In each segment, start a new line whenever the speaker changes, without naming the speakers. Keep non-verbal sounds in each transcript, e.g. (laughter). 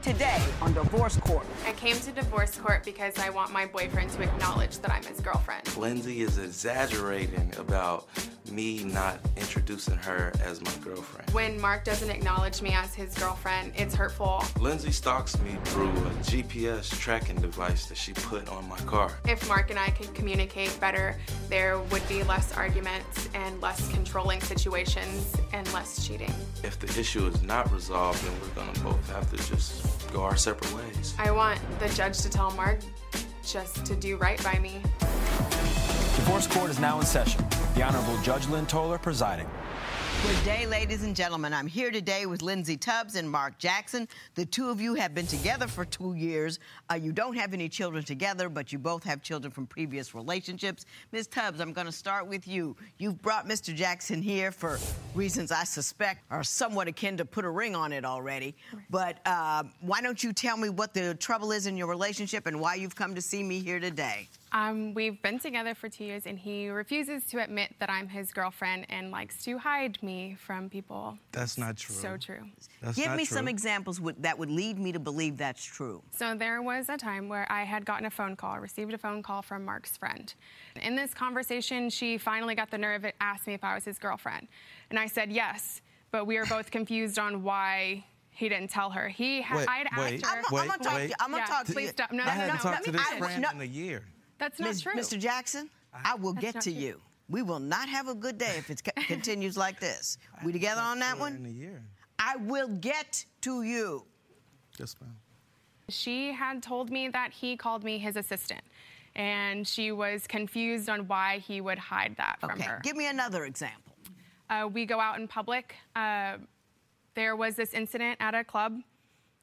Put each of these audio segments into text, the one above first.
today on Divorce Court.
I came to divorce court because I want my boyfriend to acknowledge that I'm his girlfriend.
Lindsay is exaggerating about me not introducing her as my girlfriend.
When Mark doesn't acknowledge me as his girlfriend, it's hurtful.
Lindsay stalks me through a GPS tracking device that she put on my car.
If Mark and I could communicate better, there would be less arguments and less controlling situations and less cheating.
If the issue is not resolved, then we're gonna both have to just go our separate ways.
I want the judge to tell Mark just to do right by me.
Divorce court is now in session. The Honorable Judge Lynn Toller presiding.
Good day, ladies and gentlemen. I'm here today with Lindsay Tubbs and Mark Jackson. The two of you have been together for two years. Uh, you don't have any children together, but you both have children from previous relationships. Ms. Tubbs, I'm going to start with you. You've brought Mr. Jackson here for reasons I suspect are somewhat akin to put a ring on it already. But uh, why don't you tell me what the trouble is in your relationship and why you've come to see me here today?
Um, we've been together for two years, and he refuses to admit that I'm his girlfriend and likes to hide me from people.
That's not true.
So true.
That's
Give
not
me
true.
some examples would- that would lead me to believe that's true.
So there was a time where I had gotten a phone call, received a phone call from Mark's friend. In this conversation, she finally got the nerve and asked me if I was his girlfriend. And I said yes, but we were both confused on why he didn't tell her. He had
Wait,
I had
wait,
asked her.
I'm, gonna- I'm
Wait,
gonna talk.
wait.
To, I'm gonna
Yeah,
talk to
please
you.
stop. No,
I
no,
haven't
no,
talked to
let me
this
finish.
friend
no.
in a year.
That's not
Ms.
true.
Mr. Jackson, I will get
not
to
true.
you. We will not have a good day if
(laughs)
it co- continues like this. We together on that
In a
one?
year.
I will get to you.
Yes, ma'am.
She had told me that he called me his assistant, and she was confused on why he would hide that from
Okay,
her.
give me another example.
uh, we go out in public. Uh, there was this incident at a club.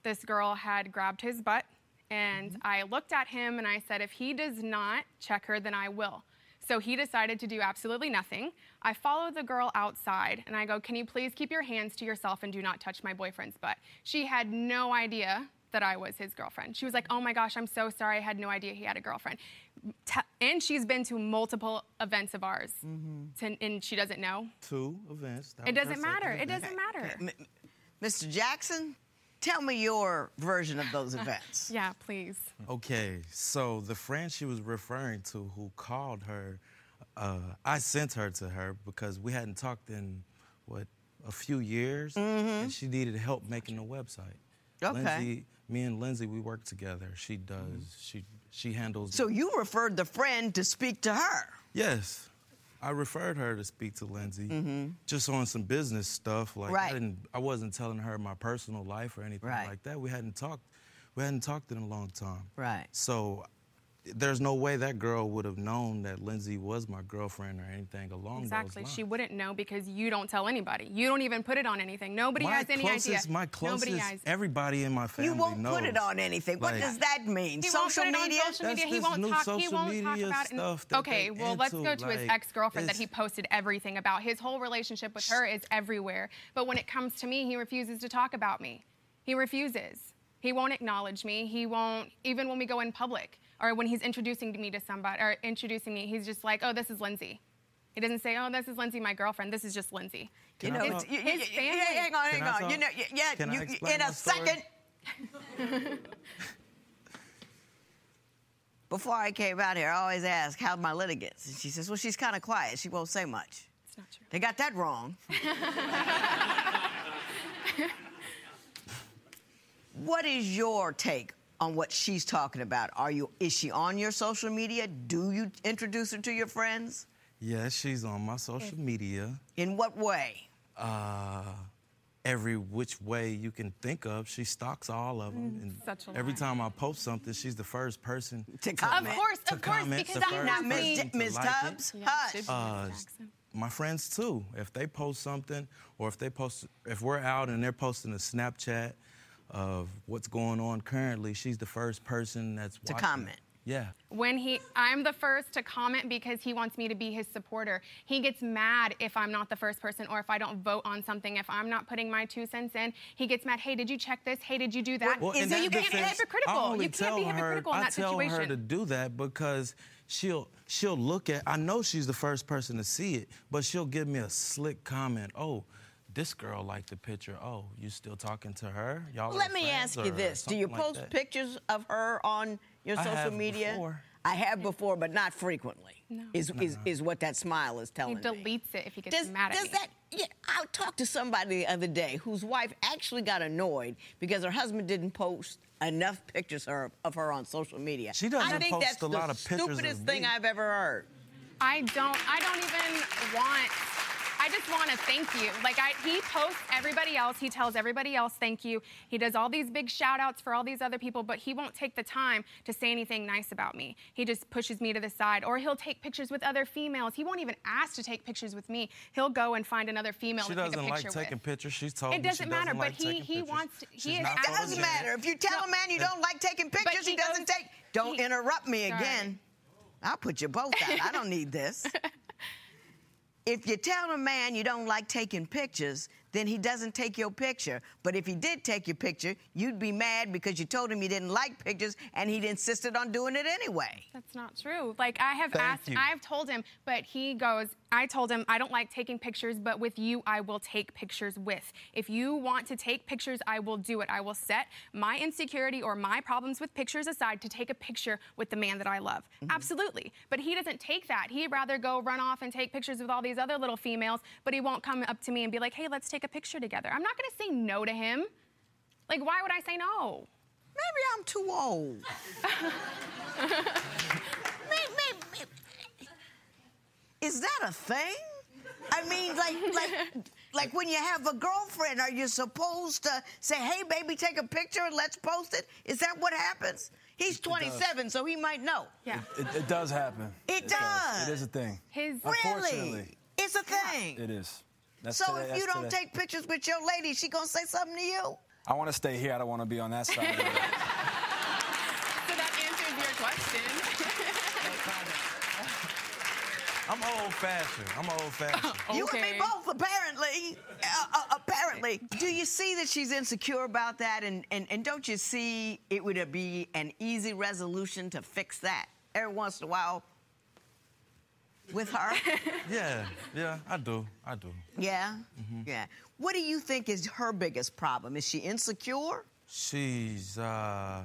This girl had grabbed his butt, and I looked at him and I said, if he does not check her, then I will. So he decided to do absolutely nothing. I follow the girl outside and I go, Can you please keep your hands to yourself and do not touch my boyfriend's butt? She had no idea that I was his girlfriend. She was like, Oh my gosh, I'm so sorry. I had no idea he had a girlfriend. Te- and she's been to multiple events of ours, to- and she doesn't know.
Two events. That
It
was our
doesn't
second
matter. It
event.
doesn't
(laughs)
matter.
Mr. Jackson, tell me your version of
(laughs)
those events.
Yeah, please.
Okay, so the friend she was referring to who called her, uh, I sent her to her because we hadn't talked in, what, a few years? And she needed help making a website.
Mm-hmm. Okay. Mm-hmm.
Lindsay, me and Lindsay, we work together. She does. She she handles.
So you referred the friend to speak to her.
yes, I referred her to speak to Lindsay, just on some business stuff. Like
Mm-hmm. Right.
I didn't, I wasn't telling her my personal life or anything
Right.
like that. We hadn't talked, we hadn't talked in a long time.
Right.
So there's no way that girl would have known that Lindsay was my girlfriend or anything along
Exactly.
those lines.
She wouldn't know because you don't tell anybody. You don't even put it on anything. Nobody
My
has any
closest,
idea.
my closest,
Nobody has.
everybody in my family
You won't
knows.
put it on anything. What
Like-
does that mean?
He
social
won't put
media?
It on social
That's
media. He
this
won't
new
talk. He
social
won't talk
media
about it.
stuff that
okay.
they
Well, let's
into,
go to his
like,
ex-girlfriend that
it's-
he posted everything about. His whole relationship with her is everywhere. But when it comes to me, he refuses to talk about me. He refuses. He won't acknowledge me. He won't even when we go in public or when he's introducing me to somebody or introducing me. He's just like, oh, this is Lindsay. He doesn't say, oh, this is Lindsay, my girlfriend. This is just Lindsay.
You
Can I
know,
talk?
it's- you- you-
His
you- you-
family.
hang on, hang
Can I
on.
talk?
You know, y- yeah,
Can I
you-
explain
in a
my story?
second. (laughs) Before I came out here, I always ask how my litigants, and she says, "Well, she's kind of quiet. She won't say much."
It's not true.
They got that wrong. (laughs) what is your take on what she's talking about? Are you is she on your social media? Do you introduce her to your friends?
Yes, she's on my social media.
In what way?
uh, every which way you can think of. She stalks all of them. and
Mm, Such a
every
lie.
time I post something, she's the first person.
To
Of
comment.
course,
to
of course,
comment,
because
the
I'm
first
not
person
me.
Ms.
to
Ms.
like it.
Tubbs, hush.
Uh, My friends too. If they post something, or if they post, if we're out and they're posting a Snapchat of what's going on currently, she's the first person that's to
comment.
Yeah.
when he I'm the first to comment because he wants me to be his supporter. He gets mad if I'm not the first person or if I don't vote on something, if I'm not putting my two cents in. He gets mad, "Hey, did you check this? Hey, did you do that?"
Well,
so
in that
you can't be
defense, I
hypocritical.
only
You can't be
tell her-
hypocritical in
I
that
tell
situation.
her to do that because she'll she'll look at. I know she's the first person to see it, but she'll give me a slick comment. Oh, this girl liked the picture. Oh, you still talking to her? Y'all.
Let
are
me
friends
ask you
or
this: Do you
something like
post
that?
pictures of her on your
I
social
have
media?
before.
I have before, but not frequently. No. Is, is is what that smile is
He
telling me.
deletes it if he gets
Does,
mad at
does
me.
that? Yeah, I talked to somebody the other day whose wife actually got annoyed because her husband didn't post enough pictures of her, of her on social media.
She doesn't
I think
post
that's
a lot
the
of pictures of
Stupidest thing
me.
I've ever heard.
I don't. I don't even want. I just want to thank you. Like I, he posts everybody else. He tells everybody else thank you. He does all these big shout outs for all these other people, but he won't take the time to say anything nice about me. He just pushes me to the side, or he'll take pictures with other females. He won't even ask to take pictures with me. He'll go and find another female
She
to take a
doesn't
picture
like taking
with.
pictures. She's told
It
me she
doesn't matter, but
like
he-
taking
he
pictures.
wants to- he
She's
is
not
It
asking-
doesn't
photogenic.
matter if you tell
No.
a man you don't like taking pictures. He,
he
doesn't
goes-
take. Don't
he-
interrupt me
Sorry.
again. I'll put you both out. I don't need
(laughs)
this. if you tell a man you don't like taking pictures, then he doesn't take your picture. But if he did take your picture, you'd be mad because you told him you didn't like pictures and he insisted on doing it anyway.
That's not true. Like I have
Thank
asked,
you.
I've told him, but he goes, I told him I don't like taking pictures, but with you I will take pictures with. If you want to take pictures, I will do it. I will set my insecurity or my problems with pictures aside to take a picture with the man that I love.
Mm-hmm.
Absolutely. But he doesn't take that. He'd rather go run off and take pictures with all these other little females, but he won't come up to me and be like, "Hey, let's take a picture together." I'm not going to say no to him. Like why would I say no?
Maybe I'm too old. May- may- may- Is that a thing? I mean, like, like, like when you have a girlfriend, are you supposed to say, "Hey, baby, take a picture and let's post it"? Is that what happens? He's 27, so he might know.
Yeah.
It, it does happen.
It does.
It is a thing.
His-
Really,
Unfortunately,
it's a thing.
it is. That's
So
today-
if you
that's
don't
today.
take pictures with your lady, she gonna say something to you.
I want to stay here. I don't want to be on that side. of it.
(laughs)
So that answers your question.
I'm old fashioned. I'm old fashioned.
(laughs)
You and
Okay.
me both, apparently. Uh, uh, apparently. Do you see that she's insecure about that? And, and, and don't you see it would be an easy resolution to fix that every once in a while with (laughs) her?
yeah, yeah, I do. I do.
yeah? Yeah. What do you think is her biggest problem? Is she insecure?
She's uh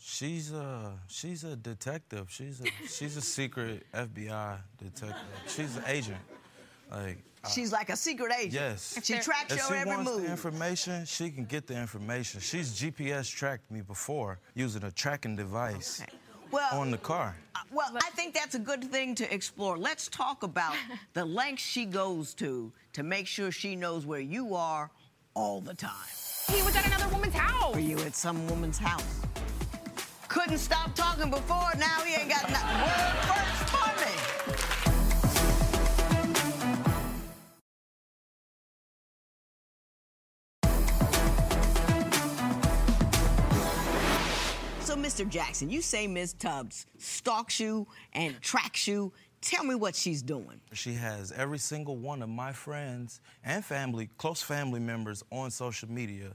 she's uh she's a detective. She's a she's a secret FBI detective. She's an agent. Like I-
She's like a secret agent.
Yes.
Uh, She tracks
if she
your every
wants the
move.
information, she can get the information. She's GPS tracked me before using a tracking device
Okay. Well,
on the car.
Uh, Well, I think that's a good thing to explore. Let's talk about the lengths she goes to to make sure she knows where you are all the time.
He was at another woman's house.
Were you at some woman's house? Couldn't stop talking before, now he ain't got nothing. Word first for me. So, Mr. Jackson, you say Ms. Tubbs stalks you and tracks you. Tell me what she's doing.
She has every single one of my friends and family, close family members on social media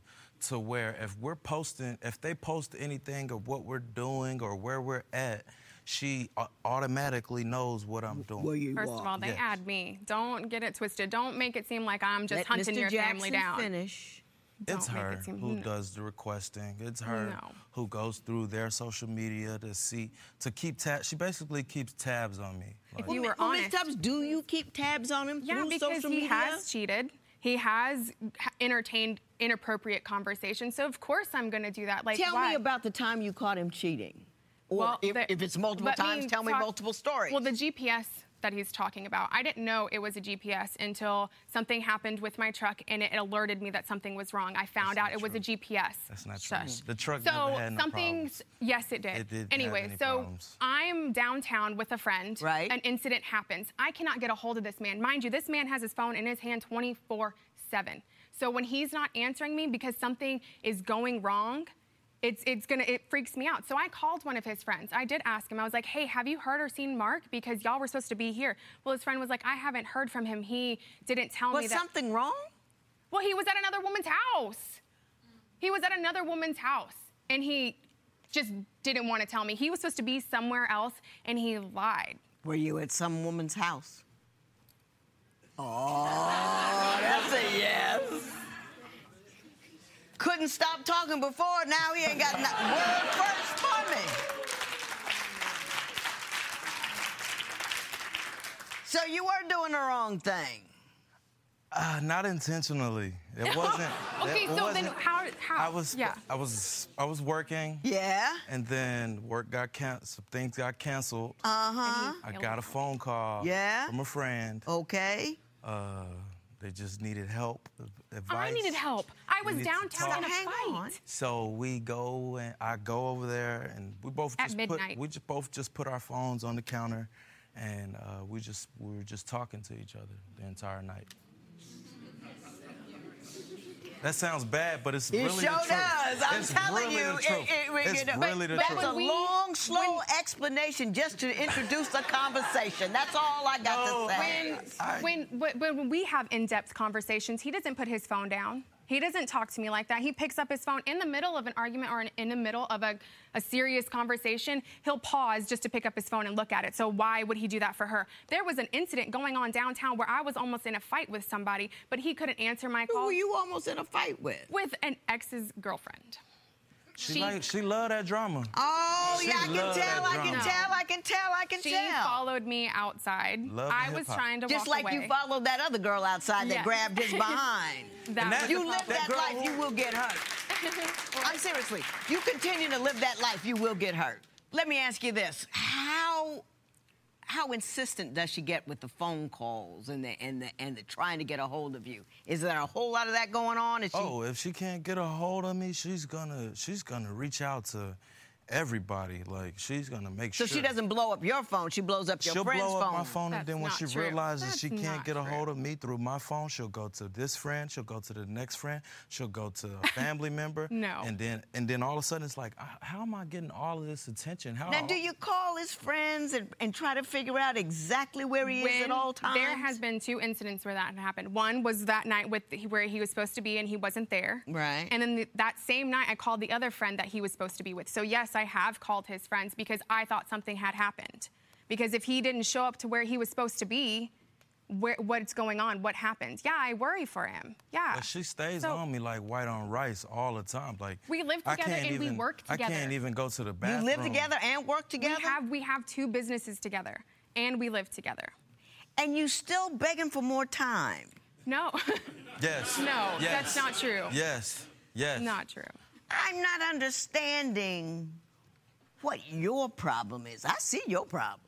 to where if we're posting, if they post anything of what we're doing or where we're at, she au- automatically knows what I'm doing.
Where you
First
are.
of all, they
Yes.
add me. Don't get it twisted. Don't make it seem like I'm just
Let
hunting
Mr.
your
Jackson
family down.
Finish.
It's
Don't make
her
it seem-
who
no.
does the requesting. It's her
No.
who goes through their social media to see to keep tab. She basically keeps tabs on me. Like,
you were
Well, Ms.
honest.
Tubbs, do you keep tabs on him
Yeah,
through
because
social
he
media?
has cheated. He has h- entertained inappropriate conversations. So of course I'm going to do that. Like,
Tell me
why?
about the time you caught him cheating. Or
Well,
if,
the-
if it's multiple
let me
times, tell me
talk-
multiple stories.
Well, the GPS that he's talking about, I didn't know it was a GPS until something happened with my truck and it alerted me that something was wrong. I found
That's
out
not
it was a
true.
GPS.
That's not true.
Shush.
The truck
so
never had no
something's
problems.
yes, it did.
It didn't have
anyway,
any
so
problems.
I'm downtown with a friend.
Right.
An incident happens. I cannot get a hold of this man. Mind you, this man has his phone in his hand 24 7. So when he's not answering me because something is going wrong, it's, it's gonna it freaks me out. So I called one of his friends. I did ask him. I was like, "Hey, have you heard or seen Mark? Because y'all were supposed to be here." Well, his friend was like, "I haven't heard from him. He didn't tell me
was
that."
something wrong?
Well, he was at another woman's house. He was at another woman's house and he just didn't want to tell me. He was supposed to be somewhere else and he lied.
Were you at some woman's house? Oh, that's a yes. Couldn't stop talking before, now he ain't got no word first Tommy. So you were doing the wrong thing.
Uh, not intentionally. It wasn't.
(laughs) Okay,
it
so then
wasn't-
how- how-
I was.
Ah, yeah.
I was. I was working.
Yeah?
And then work got canceled. Things got canceled. Uh huh. I got a phone call.
Yeah? Oh.
From a friend.
Okay.
Uh, they just needed help, advice.
Oh, I needed help. I
We
was
need to
downtown in a
talk.
Hang on.
fight.
So we go and I go over there and we both
At
just
midnight.
put we just both just put our phones on the counter and uh, we just we were just talking to each other the entire night. That sounds bad, but it's
It
really
sure
the truth.
does. I'm
It's
telling
really
you,
the
it-
truth.
it- we-
it's
you know,
really the
but
That's
truth.
when
a
we-
long, slow
when-
explanation just to introduce the conversation. That's all I got
No,
to say.
When,
I-
when, when, when we have in depth conversations, he doesn't put his phone down. He doesn't talk to me like that. He picks up his phone in the middle of an argument or in, in the middle of a, a serious conversation. He'll pause just to pick up his phone and look at it. So, why would he do that for her? There was an incident going on downtown where I was almost in a fight with somebody, but he couldn't answer my
Who
call
were you almost in a fight with?
with an ex's girlfriend.
she
she-
like, she loved that drama.
Oh,
She
yeah, I can
loved that
tell, I can
drama.
tell, I can tell, I can
She
tell.
followed me outside.
Love
I
and
was
hip-hop.
trying to
Just
walk
like
away.
you followed that other girl outside that
Yeah.
grabbed (laughs) his behind.
That
that-
was
you
the
live
problem.
that,
girl
life,
who-
you will get
(laughs)
hurt. I'm seriously. You continue to live that life, you will get hurt. Let me ask you this: How how insistent does she get with the phone calls and the and the and the trying to get a hold of you? Is there a whole lot of that going on? Is she
Oh, if she can't get a hold of me, she's gonna she's gonna reach out to everybody. Like she's gonna make
so
sure
she doesn't blow up your phone; she blows up your
she'll
friend's
blow up
phone.
my phone, and then when
That's
she
not true.
realizes
That's
she can't
not
get a
true.
hold of me through my phone, she'll go to this friend, she'll go to the next friend, she'll go to
(laughs)
a family member.
No.
And then and then all of a sudden it's like, "Ah, how am I getting all of this attention? How
Now, do you call his friends and, and try to figure out exactly where he is at
when
all times?
There has been two incidents where that happened. One was that night with where he was supposed to be and he wasn't there.
Right.
And then the, that same night, I called the other friend that he was supposed to be with. So yes, I have called his friends because I thought something had happened. Because if he didn't show up to where he was supposed to be, where, what's going on? What happened? Yeah, I worry for him. Yeah.
But she stays
So-
on me like white on rice all the time. Like
We live
I
together
can't
and we
even-
work
I can't
together.
even go to the
You
bathroom.
live together and work together,
We have we have two businesses together and we live together.
and you still begging for more time.
No. (laughs)
Yes.
No,
Yes.
that's not true.
Yes. Yes.
Not true.
I'm not understanding what your problem is. I see your
(laughs)
problem.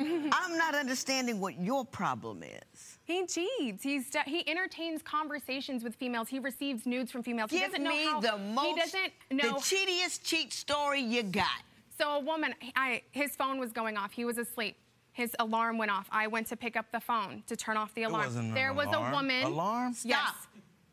I'm not understanding what your problem is.
He cheats. He's de- he entertains conversations with females. He receives nudes from females. he
Give
doesn't know
me
how-
the most,
He doesn't
the
know.
cheatiest cheat story you got.
so a woman, I, his phone was going off. He was asleep. His alarm went off. I went to pick up the phone to turn off the alarm.
wasn't an
there was a
alarm.
woman.
Alarm?
Yes.
Stop.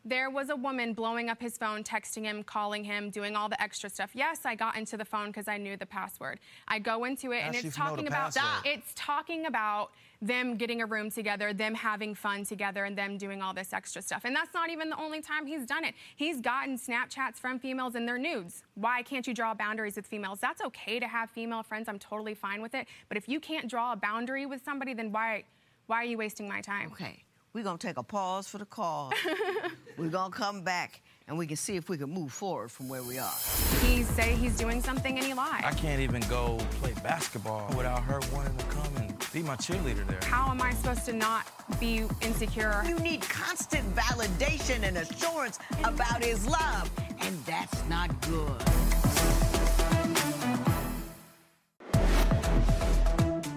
There was a woman blowing up his phone, texting him, calling him, doing all the extra stuff. Yes, I got into the phone because I knew the password. I go into it and
How'd she
it's
know the
talking about
password?
it's talking about them getting a room together, them having fun together, and them doing all this extra stuff. And that's not even the only time he's done it. He's gotten Snapchats from females and their nudes. Why can't you draw boundaries with females? That's okay to have female friends. I'm totally fine with it. But if you can't draw a boundary with somebody, then why why are you wasting my time?
Okay, we're gonna take a pause for the
(laughs)
call. we're gonna come back and we can see if we can move forward from where we are.
He say he's doing something and he lies.
I can't even go play basketball without her wanting to come and be my cheerleader there.
How am I supposed to not be insecure?
You need constant validation and assurance about his love, and that's not good.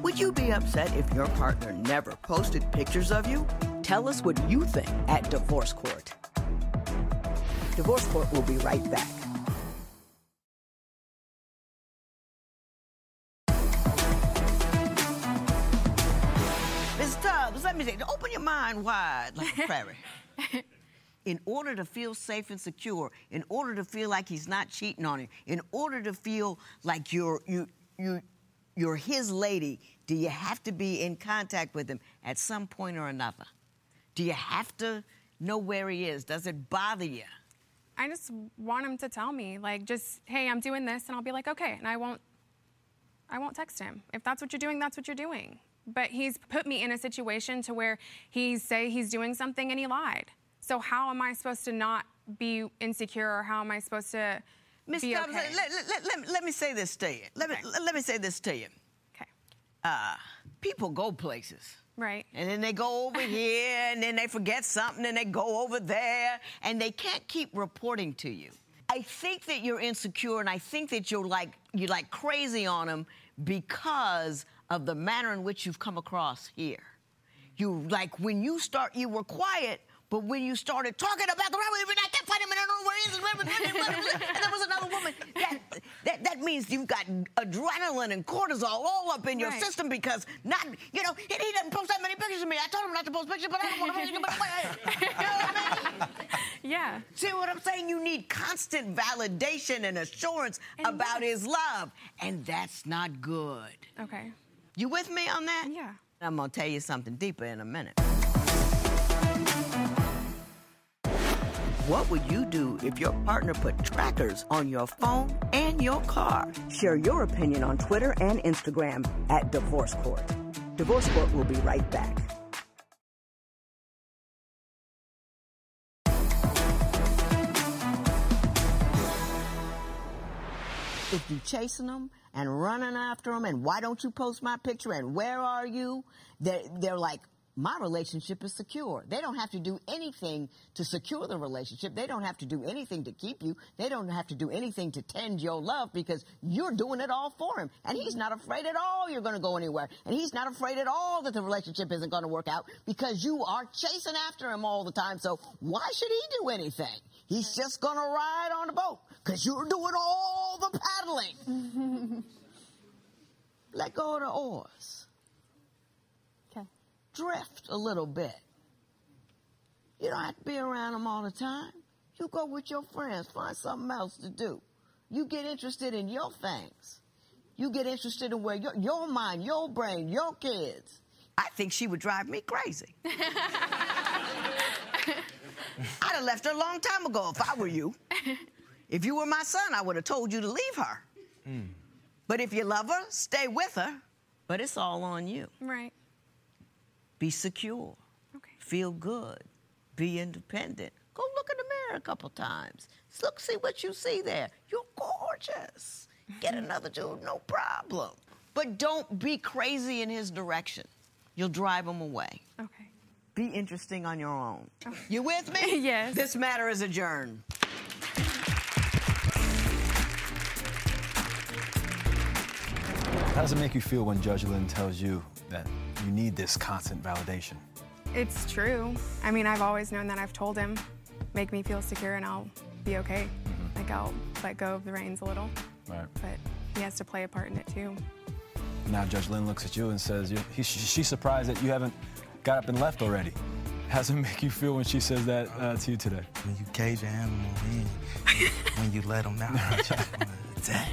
Would you be upset if your partner never posted pictures of you?
Tell us what you think at Divorce Court. Divorce Court will be right back.
Ms. Tubbs, let me say, open your mind wide like a prairie.
(laughs)
In order to feel safe and secure, in order to feel like he's not cheating on you, in order to feel like you're you you you're his lady, do you have to be in contact with him at some point or another? Do you have to know where he is? Does it bother you?
I just want him to tell me, like, just, hey, I'm doing this, and I'll be like, okay, and I won't, I won't text him. If that's what you're doing, that's what you're doing. but he's put me in a situation to where he say he's doing something and he lied. So how am I supposed to not be insecure or how am I supposed to
Ms.
be
Tubbs,
okay?
let, let- let- let me- let me say this to you. Let me,
Okay.
let me say this to you.
okay.
Uh, people go places.
Right.
And then they go over here, and then they forget something, and they go over there, and they can't keep reporting to you. I think that you're insecure, and I think that you're like you're like crazy on them because of the manner in which you've come across here. You like when you start, you were quiet, but when you started talking about the robbery, I can't find him, and I don't know where he is, and blah, blah, blah, blah, and there was another woman. That, that that means you've got adrenaline and cortisol all up in your
Right.
system because not you know he, he doesn't post that many pictures of me. I told him not to post pictures, but I don't want to. But,
(laughs)
but, you know what I mean?
Yeah.
See what I'm saying? You need constant validation and assurance
And
about
that's-
his love, and that's not good.
Okay.
You with me on that?
Yeah.
I'm gonna tell you something deeper in a minute. What would you do if your partner put trackers on your phone and your car?
Share your opinion on Twitter and Instagram at Divorce Court. Divorce Court will be right back.
if you chasing them and running after them and why don't you post my picture and where are you they're, they're like my relationship is secure they don't have to do anything to secure the relationship they don't have to do anything to keep you they don't have to do anything to tend your love because you're doing it all for him and he's not afraid at all you're going to go anywhere and he's not afraid at all that the relationship isn't going to work out because you are chasing after him all the time so why should he do anything he's just going to ride on the boat because you're doing all the paddling. Let go of the oars.
Okay.
Drift a little bit. You don't have to be around them all the time. You go with your friends. Find something else to do. You get interested in your things. You get interested in where your, your mind, your brain, your kids. I think she would drive me crazy. I'd have left her a long time ago if I were you. If you were my son, I would have told you to leave her. But if you love her, stay with her. But it's all on you.
Right.
Be secure,
Okay.
feel good, be independent. Go look in the mirror a couple times. Look, see what you see there. You're gorgeous. Get another dude, no problem. But don't be crazy in his direction. You'll drive him away.
Okay.
Be interesting on your own. You with me?
Yes.
This matter is adjourned.
How does it make you feel when Judge Lynn tells you that you need this constant validation?
It's true. I mean, I've always known that. I've told him, make me feel secure and I'll be okay. Like, I'll let go of the reins a little.
Right.
But he has to play a part in it too.
Now Judge Lynn looks at you and says, you- he, she- she's surprised that you haven't got up and left already. How does it make you feel when she says that uh, to you today?
When you cage an animal in, when you let them out, I just want to attack.